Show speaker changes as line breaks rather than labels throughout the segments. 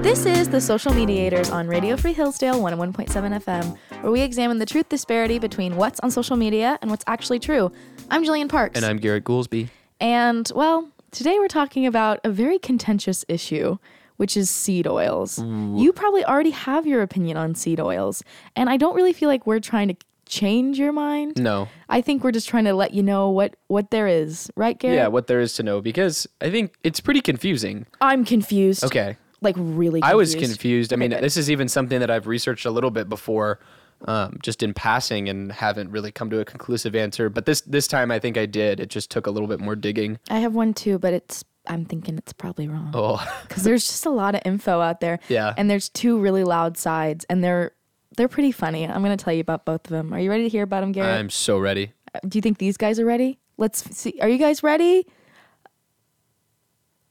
This is The Social Mediators on Radio Free Hillsdale 101.7 FM, where we examine the truth disparity between what's on social media and what's actually true. I'm Jillian Parks.
And I'm Garrett Goolsby.
And, well, today we're talking about a very contentious issue, which is seed oils. You probably already have your opinion on seed oils, and I don't really feel like we're trying to change your mind.
No.
I think we're just trying to let you know what what there is, right, Garrett?
Yeah, what there is to know because I think it's pretty confusing.
I'm confused.
Okay.
Like really confused.
I was confused. I mean,
good.
this is even something that I've researched a little bit before, um, just in passing, and haven't really come to a conclusive answer. But this this time, I think I did. It just took a little bit more digging.
I have one too, but it's I'm thinking it's probably wrong.
Oh,
because there's just a lot of info out there.
Yeah.
And there's two really loud sides, and they're they're pretty funny. I'm gonna tell you about both of them. Are you ready to hear about them, Garrett?
I'm so ready.
Do you think these guys are ready? Let's f- see. Are you guys ready?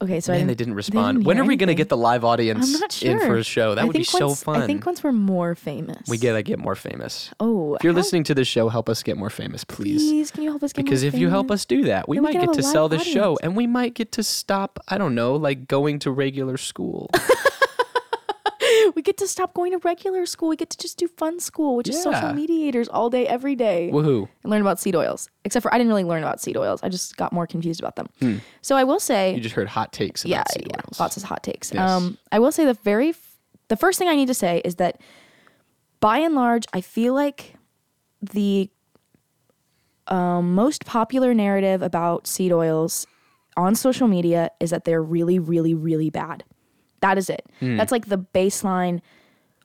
Okay, so I
Man, they
didn't-
didn't respond. when
hear
are we gonna
anything.
get the live
I'm
audience
not sure.
in for a show? That
I
would be
think
so
once-
fun.
I think once we're more famous,
we gotta get more famous.
Oh,
If you're
how-
listening to this show, help us get more famous, please.
please can you help us get
Because
more
if you help
famous?
us do that, we
Then we
might
could
get
have a
to
live
sell this show
audience.
and we might get to stop, I don't know, like going to regular school.
we get to stop going to regular school. We get to just do fun school, which is social
Yeah.
mediators all day, every day.
Woohoo.
and learn about seed oils. Except for I didn't really learn about seed oils. I just got more confused about them. So I will say,
You just heard hot takes about
yeah,
seed
yeah,
oils.
lots of hot takes.
Yes.
Um, I will say the very, f- the first thing I need to say is that, by and large, I feel like the um, most popular narrative about seed oils on social media is that they're really, really, really bad. That is it.
Hmm.
That's like the baseline.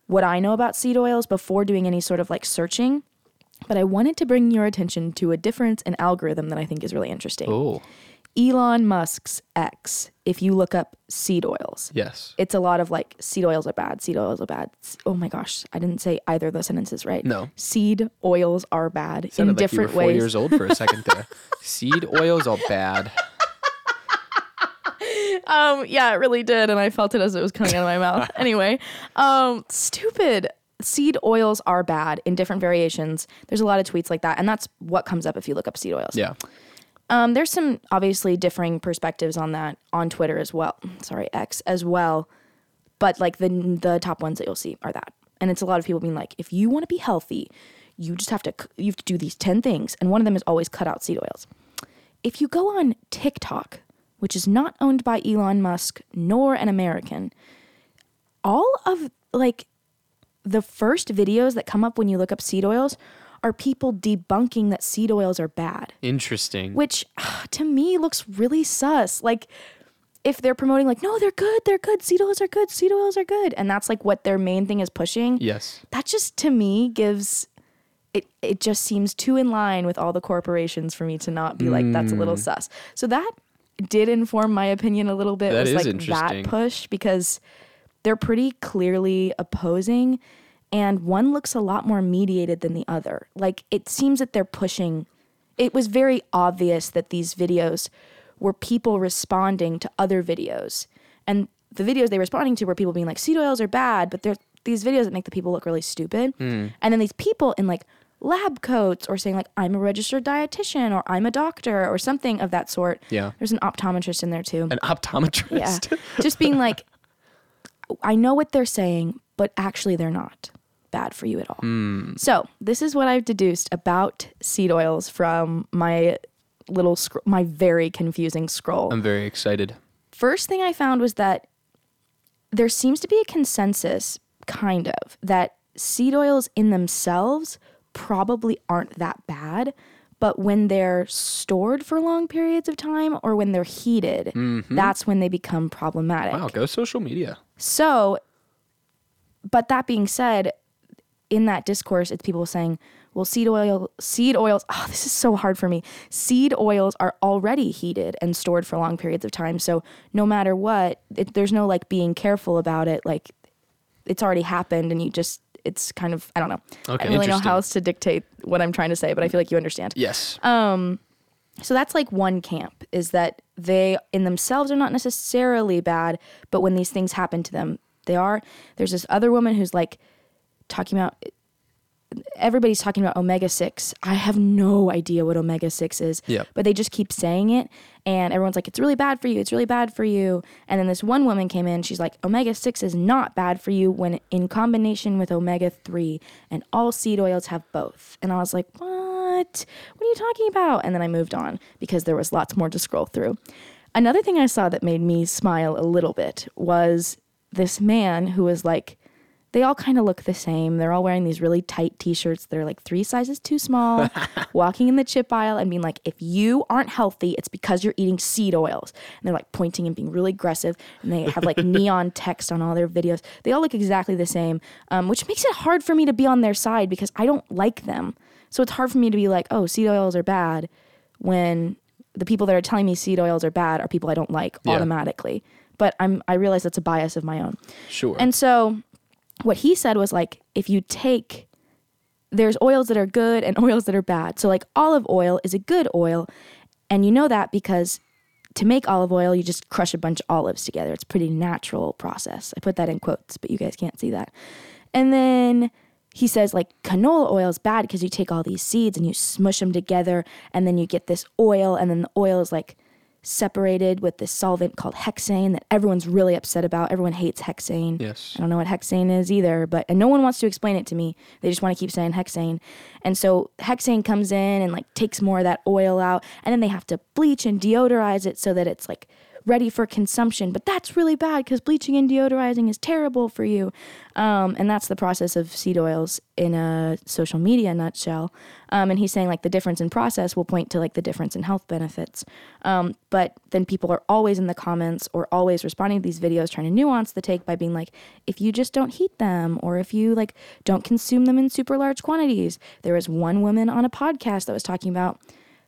What I know about seed oils before doing any sort of like searching. But I wanted to bring your attention to a difference in algorithm that I think is really interesting.
Oh,
Elon Musk's X, if you look up seed oils,
yes.
it's a lot of like seed oils are bad, seed oils are bad. S- Oh my gosh, I didn't say either of those sentences right.
No.
Seed oils are bad
Sounded
in
like
different
you were four
ways.
years old for a second there. seed oils all bad.
Um, yeah, it really did, and I felt it as it was coming out of my mouth. Anyway, um, stupid. Seed oils are bad in different variations. There's a lot of tweets like that, and that's what comes up if you look up seed oils.
Yeah.
Um, there's some obviously differing perspectives on that on Twitter as well. Sorry, X as well. But like the the top ones that you'll see are that, and it's a lot of people being like, if you want to be healthy, you just have to c- you have to do these ten things, and one of them is always cut out seed oils. If you go on TikTok, which is not owned by Elon Musk nor an American, all of like the first videos that come up when you look up seed oils are people debunking that seed oils are bad
Interesting.
which to me looks really sus. Like if they're promoting like no, they're good, they're good, seed oils are good, seed oils are good, and that's like what their main thing is pushing.
Yes.
That just to me gives it it just seems too in line with all the corporations for me to not be like that's a
Mm.
little sus. So that did inform my opinion a little bit
That
was
is
like
interesting.
that push because they're pretty clearly opposing and one looks a lot more mediated than the other like it seems that they're pushing it was very obvious that these videos were people responding to other videos and the videos they were responding to were people being like seed oils are bad but they're these videos that make the people look really stupid and then these people in like lab coats or saying like i'm a registered dietitian or i'm a doctor or something of that sort
Yeah.
there's an optometrist in there too
An
yeah.
optometrist.
Just being like, I know what they're saying, but actually they're not bad for you at all. So, this is what I've deduced about seed oils from my little, scr- my very confusing scroll.
I'm very excited.
First thing I found was that there seems to be a consensus, kind of, that seed oils in themselves probably aren't that bad. But when they're stored for long periods of time or when they're heated, that's when they become problematic.
Wow, go social media.
So, but that being said, in that discourse, it's people saying, well, seed oil, seed oils, oh, this is so hard for me. Seed oils are already heated and stored for long periods of time. So, no matter what, it, there's no like being careful about it. Like, it's already happened and you just, it's kind of, I don't know. I don't
Okay,
really know
interesting.
how else to dictate what I'm trying to say, but I feel like you understand.
Yes.
Um, So that's like one camp is that they in themselves are not necessarily bad, but when these things happen to them, they are. There's this other woman who's like talking about everybody's talking about omega 6. I have no idea what omega 6 is,
Yeah.
but they just keep saying it. And everyone's like, it's really bad for you. It's really bad for you. And then this one woman came in. She's like, omega 6 is not bad for you when in combination with omega 3. And all seed oils have both. And I was like, what? What are you talking about? And then I moved on because there was lots more to scroll through. Another thing I saw that made me smile a little bit was this man who was like, they all kind of look the same. They're all wearing these really tight t-shirts that are like three sizes too small, walking in the chip aisle and being like, if you aren't healthy, it's because you're eating seed oils. And they're like pointing and being really aggressive. And they have like neon text on all their videos. They all look exactly the same, um, which makes it hard for me to be on their side because I don't like them. So it's hard for me to be like, oh, seed oils are bad when the people that are telling me seed oils are bad are people I don't like
Yeah.
automatically. But I'm I realize that's a bias of my own.
Sure.
And so what he said was like if you take there's oils that are good and oils that are bad. So like olive oil is a good oil and you know that because to make olive oil you just crush a bunch of olives together. It's a pretty natural process. I put that in quotes, but you guys can't see that. And then he says like canola oil is bad because you take all these seeds and you smush them together and then you get this oil and then the oil is like separated with this solvent called hexane that everyone's really upset about. Everyone hates hexane.
yes.
I don't know what hexane is either, but and no one wants to explain it to me. They just want to keep saying hexane. And so hexane comes in and like takes more of that oil out, and then they have to bleach and deodorize it so that it's like ready for consumption. But that's really bad because bleaching and deodorizing is terrible for you. Um, and that's the process of seed oils in a social media nutshell. Um, and he's saying like the difference in process will point to like the difference in health benefits. Um, but then people are always in the comments or always responding to these videos trying to nuance the take by being like, if you just don't heat them or if you like don't consume them in super large quantities. There was one woman on a podcast that was talking about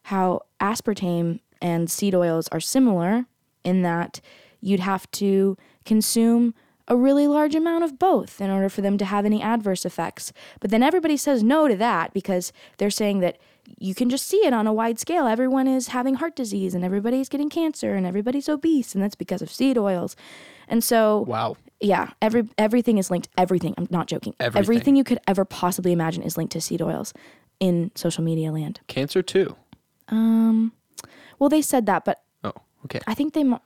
how aspartame and seed oils are similar in that you'd have to consume a really large amount of both in order for them to have any adverse effects. But then everybody says no to that because they're saying that you can just see it on a wide scale. Everyone is having heart disease and everybody's getting cancer and everybody's obese and that's because of seed oils. And so
Wow.
yeah, every everything is linked. Everything. I'm not joking.
Everything.
you could ever possibly imagine is linked to seed oils in social media land.
Cancer too.
Well, they said that, but
Oh, okay.
I think they. mu-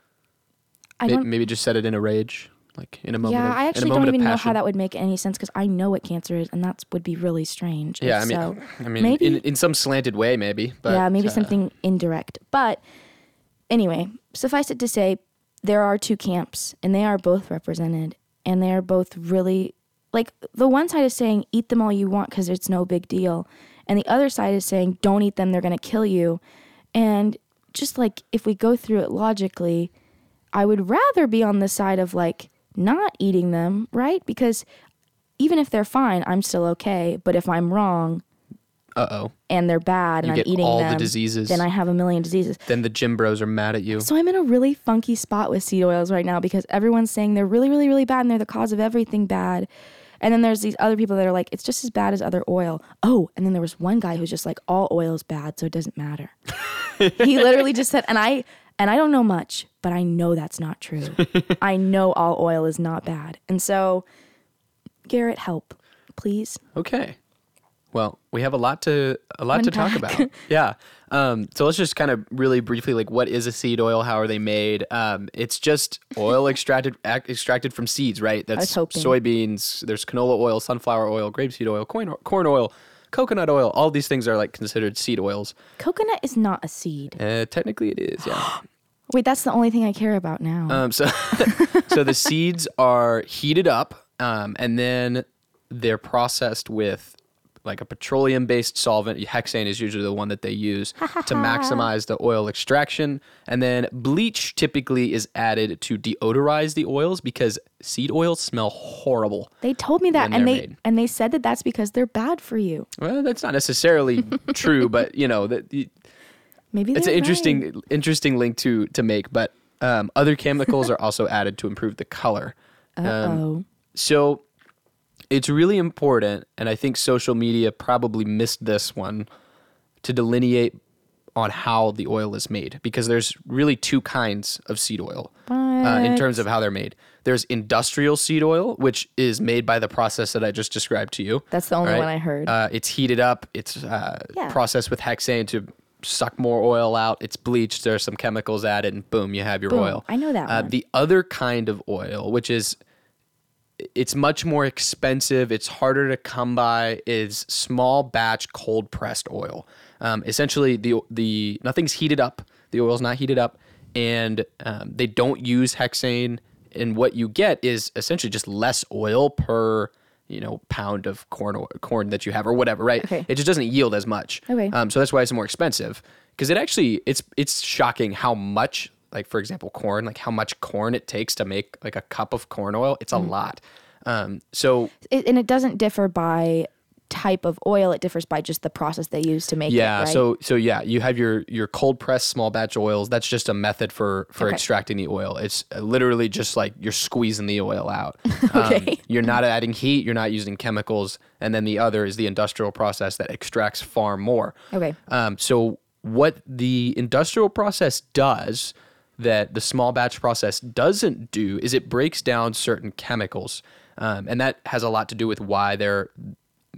I
May-
don't.
maybe, just said it in a rage, like in a moment.
yeah,
of,
I actually
in a moment
don't
of
even know
passion.
how that would make any sense because I know what cancer is, and that would be really strange.
Yeah, I
And
mean,
so-
I mean,
maybe-
in, in some slanted way, maybe. But
yeah, maybe
uh,
something indirect. But anyway, suffice it to say, there are two camps, and they are both represented, and they are both really like the one side is saying eat them all you want because it's no big deal, and the other side is saying don't eat them; they're going to kill you. And just like if we go through it logically, I would rather be on the side of like not eating them, right? Because even if they're fine, I'm still okay. But if I'm wrong
Uh oh.
and they're bad and
You
I'm
get
eating
all
them,
the diseases.
then I have a million diseases.
Then the gym bros are mad at you.
So I'm in a really funky spot with seed oils right now because everyone's saying they're really, really, really bad and they're the cause of everything bad. And then there's these other people that are like, it's just as bad as other oil. Oh, and then there was one guy who's just like, all oil is bad, so it doesn't matter. he literally just said, and I and I don't know much, but I know that's not true. I know all oil is not bad. And so, Garrett, help, please.
Okay. Well, we have a lot to a lot to talk
Unpack.
about. yeah. Um, so let's just kind of really briefly, like, what is a seed oil? How are they made? Um, it's just oil extracted ac- extracted from seeds, right? That's
hoping.
soybeans. There's canola oil, sunflower oil, grapeseed oil, corn corn oil, coconut oil. All these things are like considered seed oils.
Coconut is not a seed.
Uh, technically, it is. Yeah.
Wait, that's the only thing I care about now.
Um, so, so the seeds are heated up, um, and then they're processed with like a petroleum-based solvent. Hexane is usually the one that they use to maximize the oil extraction, and then bleach typically is added to deodorize the oils because seed oils smell horrible.
They told me that,
when
and
they're
they
made.
and they said that that's because they're bad for you.
Well, that's not necessarily true, but you know that
Maybe
it's
they're
an
right.
interesting interesting link to to make. But um, other chemicals are also added to improve the color. um,
Uh-oh.
So it's really important, and I think social media probably missed this one to delineate on how the oil is made because there's really two kinds of seed oil.
What?
uh, in terms of how they're made. There's industrial seed oil, which is made by the process that I just described to you.
That's the only
All
one I heard.
Uh, it's heated up. It's uh,
Yeah.
processed with hexane to suck more oil out. It's bleached. There's some chemicals added, and boom, you have your
Boom.
oil.
I know that
Uh,
one.
The other kind of oil, which is it's much more expensive. It's harder to come by. Is small batch cold pressed oil. Um, essentially, the the nothing's heated up. The oil's not heated up, and um, they don't use hexane. And what you get is essentially just less oil per you know pound of corn or corn that you have or whatever. Right?
Okay.
It just doesn't yield as much.
Okay.
Um, so that's why it's more expensive because it actually it's it's shocking how much like for example corn like how much corn it takes to make like a cup of corn oil. It's a
Mm.
lot. Um, so
It, and it doesn't differ by type of oil. It differs by just the process they use to make
yeah.
it. right?
So so yeah, you have your your cold pressed small batch oils. That's just a method for for
Okay.
extracting the oil. It's uh, literally just like you're squeezing the oil out. Um,
Okay.
you're not adding heat. You're not using chemicals. And then the other is the industrial process that extracts far more.
Okay.
Um, so what the industrial process does that the small batch process doesn't do is it breaks down certain chemicals, um, and that has a lot to do with why they're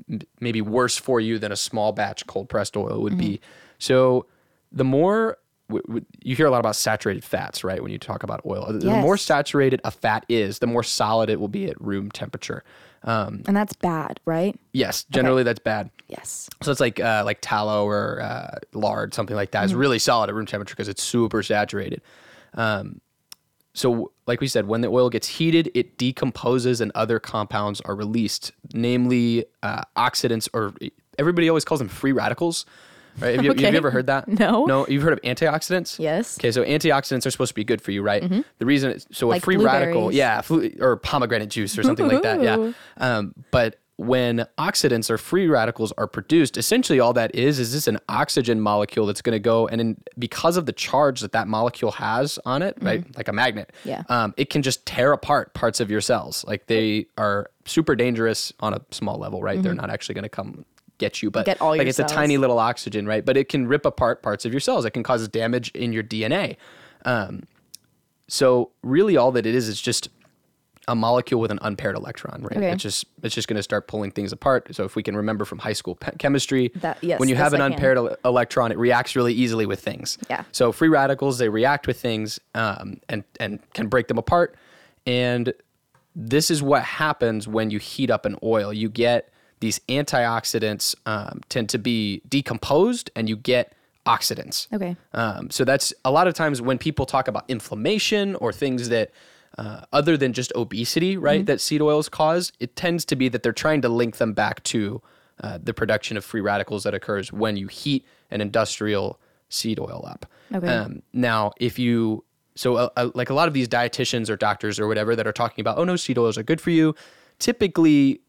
m- maybe worse for you than a small batch cold pressed oil would be. So the more w- w- you hear a lot about saturated fats, right? When you talk about oil, the more
Yes.
saturated a fat is, the more solid it will be at room temperature. Um,
and that's bad, right?
yes, generally that's bad.
Yes.
So it's like uh, like tallow or uh, lard, something like
Mm-hmm.
that. It's really solid at room temperature because it's super saturated. Um, so, like we said, when the oil gets heated, it decomposes and other compounds are released, namely uh, oxidants, or everybody always calls them free radicals. Right? Have you, have
Okay.
you ever heard that?
No.
No, you've heard of antioxidants?
Yes. Mm-hmm.
Okay, so antioxidants are supposed to be good for you, right? The reason, it's, so a
Like
free radical,
blueberries.
yeah, flu- or pomegranate juice or something like that, yeah.
Ooh.
Um, but when oxidants or free radicals are produced, essentially all that is is this an oxygen molecule that's going to go and in, because of the charge that that molecule has on it, right, like a magnet,
Mm-hmm. Yeah.
um, it can just tear apart parts of your cells. Like they are super dangerous on a small level, right? They're not actually going to come get you, but
Mm-hmm. Get all
like
your
it's
cells.
a tiny little oxygen, right? But it can rip apart parts of your cells. It can cause damage in your DNA. Um, So really, all that it is is just a molecule with an unpaired electron, right?
Okay.
It's just it's just going to start pulling things apart. So if we can remember from high school pe- chemistry,
That- yes,
when you have
yes,
an
I can.
unpaired ele- electron, it reacts really easily with things.
Yeah.
So free radicals they react with things um, and and can break them apart. And this is what happens when you heat up an oil. You get these antioxidants um, tend to be decomposed, and you get oxidants.
Okay.
Um, so that's a lot of times when people talk about inflammation or things that, uh, other than just obesity, right, that seed oils cause, it tends to be that they're trying to link them back to uh, the production of free radicals that occurs when you heat an industrial seed oil up.
Okay.
Um, now, if you so uh, uh, like a lot of these dietitians or doctors or whatever that are talking about, oh no, seed oils are good for you. Typically,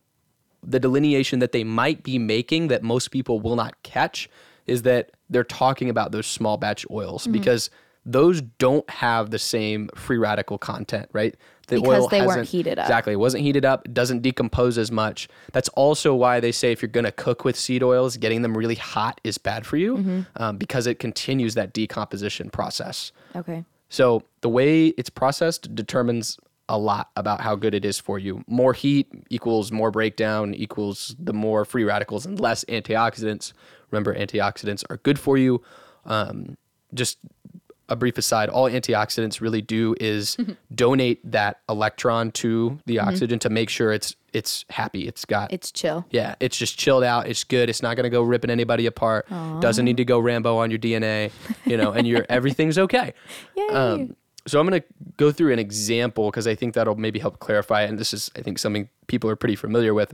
the delineation that they might be making that most people will not catch is that they're talking about those small batch oils
Mm-hmm.
because those don't have the same free radical content, right? The
Because they weren't
hasn't-
heated up.
Exactly. It wasn't heated up, it doesn't decompose as much. That's also why they say if you're going to cook with seed oils, getting them really hot is bad for you
Mm-hmm.
um, because it continues that decomposition process.
Okay.
So the way it's processed determines a lot about how good it is for you. More heat equals more breakdown equals the more free radicals and less antioxidants. Remember, antioxidants are good for you. Um, just a brief aside: all antioxidants really do is donate that electron to the oxygen to make sure it's it's happy. It's got
It's chill.
yeah, it's just chilled out. It's good. It's not gonna go ripping anybody apart. Doesn't need to go Rambo on your DNA, you know, and your everything's okay.
Yay.
Um, so I'm gonna go through an example because I think that'll maybe help clarify. it. And this is, I think, something people are pretty familiar with.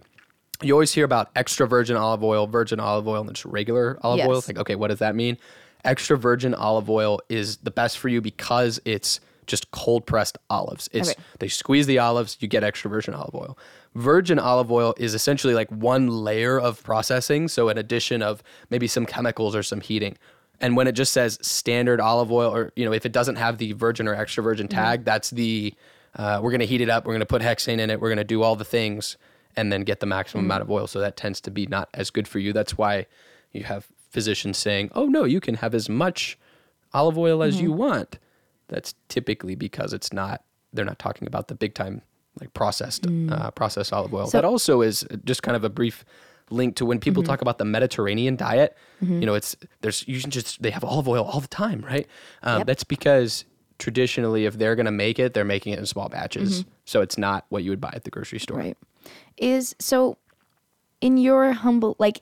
You always hear about extra virgin olive oil, virgin olive oil, and just regular olive oil.
Yes.
It's like, okay, what does that mean? Extra virgin olive oil is the best for you because it's just cold pressed olives. It's
Okay.
they squeeze the olives, you get extra virgin olive oil. Virgin olive oil is essentially like one layer of processing, so an addition of maybe some chemicals or some heating. And when it just says standard olive oil, or you know, if it doesn't have the virgin or extra virgin tag, that's the uh, we're going to heat it up, we're going to put hexane in it, we're going to do all the things, and then get the maximum amount of oil. So that tends to be not as good for you. That's why you have physicians saying, "Oh no, you can have as much olive oil as you want." That's typically because it's not they're not talking about the big time like processed uh, processed olive oil. that also is just kind of a brief link to when people talk about the Mediterranean diet. You know, it's there's you can just they have olive oil all the time, right? Um,
Yep.
That's because traditionally, if they're going to make it, they're making it in small batches, so it's not what you would buy at the grocery store.
Right. Is so in your humble like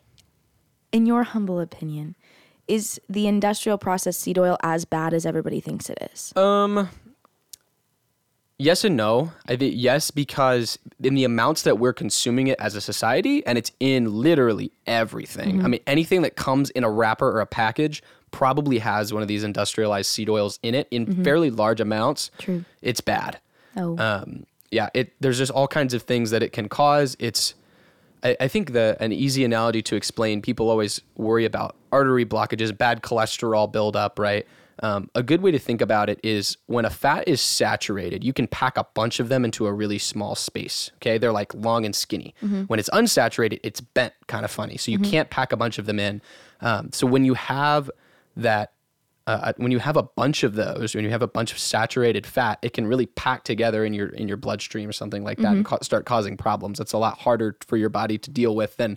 in your humble opinion, is the industrial processed seed oil as bad as everybody thinks it is?
Uh, Yes and no. I think yes because in the amounts that we're consuming it as a society, and it's in literally everything. I mean, anything that comes in a wrapper or a package probably has one of these industrialized seed oils in it in fairly large amounts.
True.
It's bad
oh.
um, yeah, it there's just all kinds of things that it can cause. It's I, I think the an easy analogy to explain. People always worry about artery blockages, bad cholesterol buildup, right? Um, a good way to think about it is when a fat is saturated, you can pack a bunch of them into a really small space. Okay, they're like long and skinny. When it's unsaturated, it's bent, kind of funny. So you can't pack a bunch of them in. Um, so when you have that uh, when you have a bunch of those, when you have a bunch of saturated fat, it can really pack together in your in your bloodstream or something like that, and
Mm-hmm.
ca- start causing problems. It's a lot harder for your body to deal with than,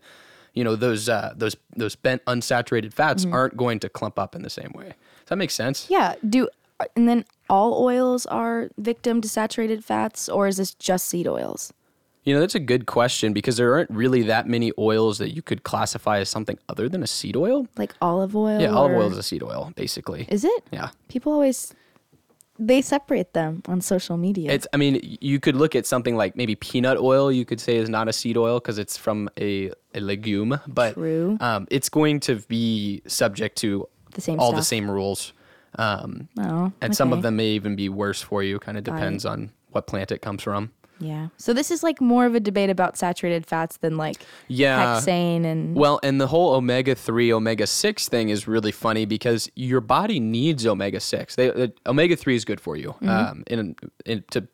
you know, those uh, those those bent unsaturated fats aren't going to clump up in the same way. Does that make sense?
Mm-hmm. yeah, do uh, and then all oils are victim to saturated fats or is this just seed oils?
You know, that's a good question because there aren't really that many oils that you could classify as something other than a seed oil.
Like olive oil?
Yeah, olive
or-
oil is a seed oil, basically.
Is it?
yeah.
People always they separate them on social media.
It's. I mean, you could look at something like maybe peanut oil. You could say is not a seed oil because it's from a, a legume, but
True.
Um, it's going to be subject to
The same
all the
stuff.
same rules, um,
oh,
and some of
okay.
them may even be worse for you. Kind of depends on what plant it comes from.
Yeah. So this is like more of a debate about saturated fats than like
Yeah.
hexane and
Well, and the whole omega 3, omega 6 thing is really funny because your body needs omega 6. They, uh, omega 3 is good for you um, in, in, to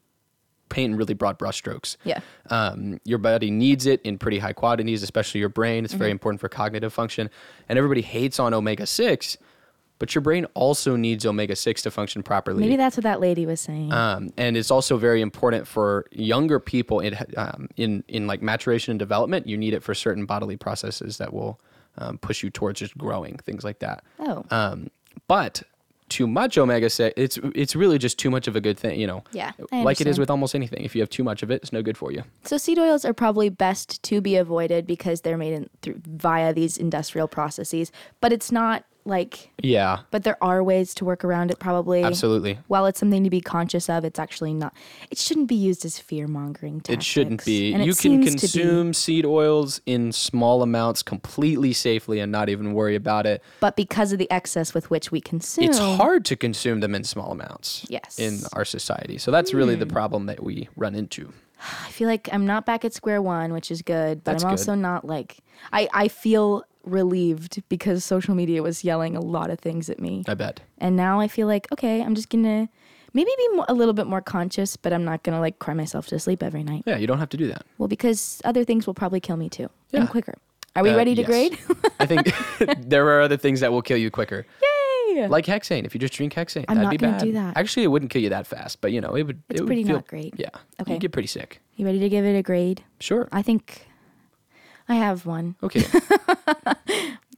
paint in really broad brushstrokes.
Yeah.
Um, your body needs it in pretty high quantities, especially your brain. It's very important for cognitive function. And everybody hates on omega 6, but your brain also needs omega 6 to function properly.
maybe that's what that lady was saying.
Um, and it's also very important for younger people in, um, in in like maturation and development. You need it for certain bodily processes that will um, push you towards just growing things like that.
oh.
Um, but too much omega six, it's it's really just too much of a good thing. You know,
Yeah, I
like it is
understand.
with almost anything. If you have too much of it, it's no good for you.
So seed oils are probably best to be avoided because they're made in, through, via these industrial processes, but it's not like
Yeah,
but there are ways to work around it probably.
absolutely.
While it's something to be conscious of, it's actually not. It shouldn't be used as fear mongering.
It shouldn't be.
And it
you can
seems to be,
consume seed oils in small amounts completely safely and not even worry about it.
but because of the excess with which we consume,
it's hard to consume them in small amounts
Yes. Hmm.
in our society so that's really the problem that we run into
I feel like I'm not back at square one, which is good, but
That's
I'm also
good.
not like I, I feel relieved because social media was yelling a lot of things at me.
i bet
And now I feel like, okay, I'm just gonna maybe be mo- a little bit more conscious, but I'm not gonna like cry myself to sleep every night.
yeah you don't have to do that
Well, because other things will probably kill me too
Yeah.
and quicker. Are we
Uh,
ready to
yes.
grade?
i think there are other things that will kill you quicker
Yay!
like hexane if you just drink hexane
I'm
that'd
not
be
gonna
bad
do that.
actually it wouldn't kill you that fast but you know it would
It's
it would
pretty
feel-
not great.
yeah
Okay. Uh,
you get pretty sick
You ready to give it a grade?
sure
I think I have one.
okay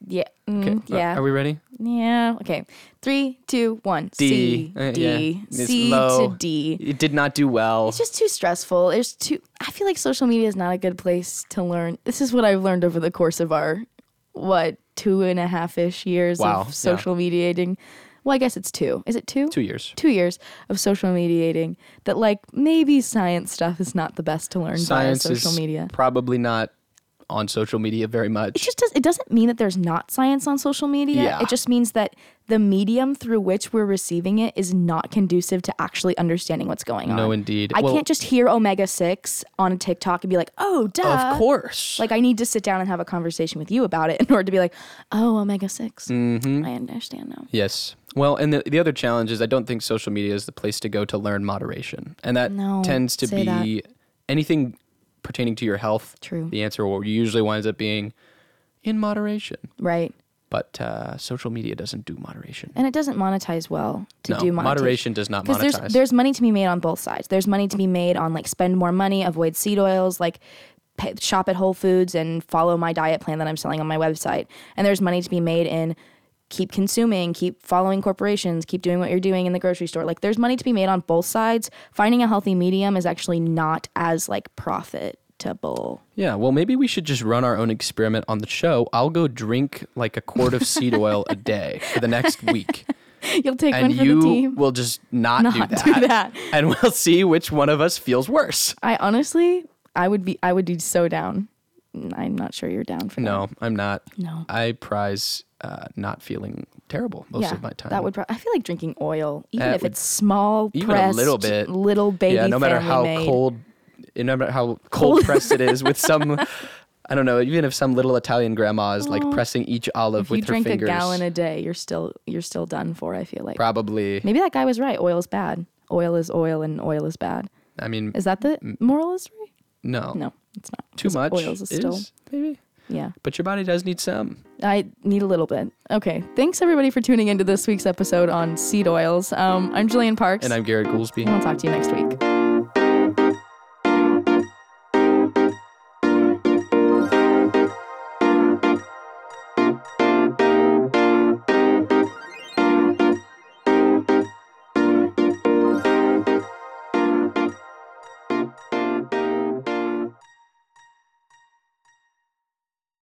Yeah.
okay
Mm,
Uh,
yeah.
are we ready
yeah. Okay. Three, two, one.
D.
C,
Uh,
D,
yeah. It's
C to
low.
D.
it did not do well
It's just too stressful. There's too. I feel like social media is not a good place to learn. This is what I've learned over the course of our what two and a half ish years
Wow, yeah.
of social mediating. Well, I guess it's two. Is it two?
two years
Two years of social mediating. That like maybe science stuff is not the best to learn
science
via social
is
media.
probably not on social media very
It
much
just does, it doesn't mean that there's not science on social media.
Yeah.
It just means that the medium through which we're receiving it is not conducive to actually understanding what's going on.
no indeed
I
Well,
can't just hear omega six on a TikTok and be like, oh, duh.
of course
Like I need to sit down and have a conversation with you about it in order to be like, oh, omega 6
Mm. Mm-hmm.
I understand now.
Yes. Well, and the, the other challenge is I don't think social media is the place to go to learn moderation. And that
No,
tends to
say
be anything pertaining to your health.
True.
The answer will usually winds up being in moderation.
Right.
But uh, social media doesn't do moderation.
and it doesn't monetize well to
no,
do monetization.
moderation does not
because there's
monetize.
there's money to be made on both sides. There's money to be made on like spend more money, avoid seed oils, like pay, shop at Whole Foods and follow my diet plan that I'm selling on my website. And there's money to be made in keep consuming, keep following corporations, keep doing what you're doing in the grocery store. Like there's money to be made on both sides. Finding a healthy medium is actually not as like profitable.
yeah, well, maybe we should just run our own experiment on the show. I'll go drink like a quart of seed oil a day for the next week.
You'll take one
And
for the
you
team.
will just not,
Not do that.
And we'll see which one of us feels worse.
I honestly, I would be, I would be so down. I'm not sure you're down for
No, I'm not.
that. No.
I prize uh, not feeling terrible most
yeah,
of my time.
That would. Pro- I feel like drinking oil, even
That
if
would-
it's small,
even a
pressed,
little bit.
little baby.
yeah, no matter
family
how
made.
cold, eh, no matter how cold pressed it is with some. I don't know. Even if some little Italian grandma is like pressing each olive
If
with
you
her
drink
fingers,
a gallon a day, you're still you're still done for. I feel like
probably.
maybe that guy was right. Oil's bad. Oil is oil, and oil is bad.
I mean,
Is that the moral is right?
no,
No, it's not.
Mm. too
'Cause
much
Oils is, still.
maybe,
Yeah,
but your body does need some.
I need a little bit. Okay, thanks everybody for tuning into this week's episode on seed oils. Um, I'm Jillian Parks,
And I'm Garrett Goolsby.
and we'll talk to you next week.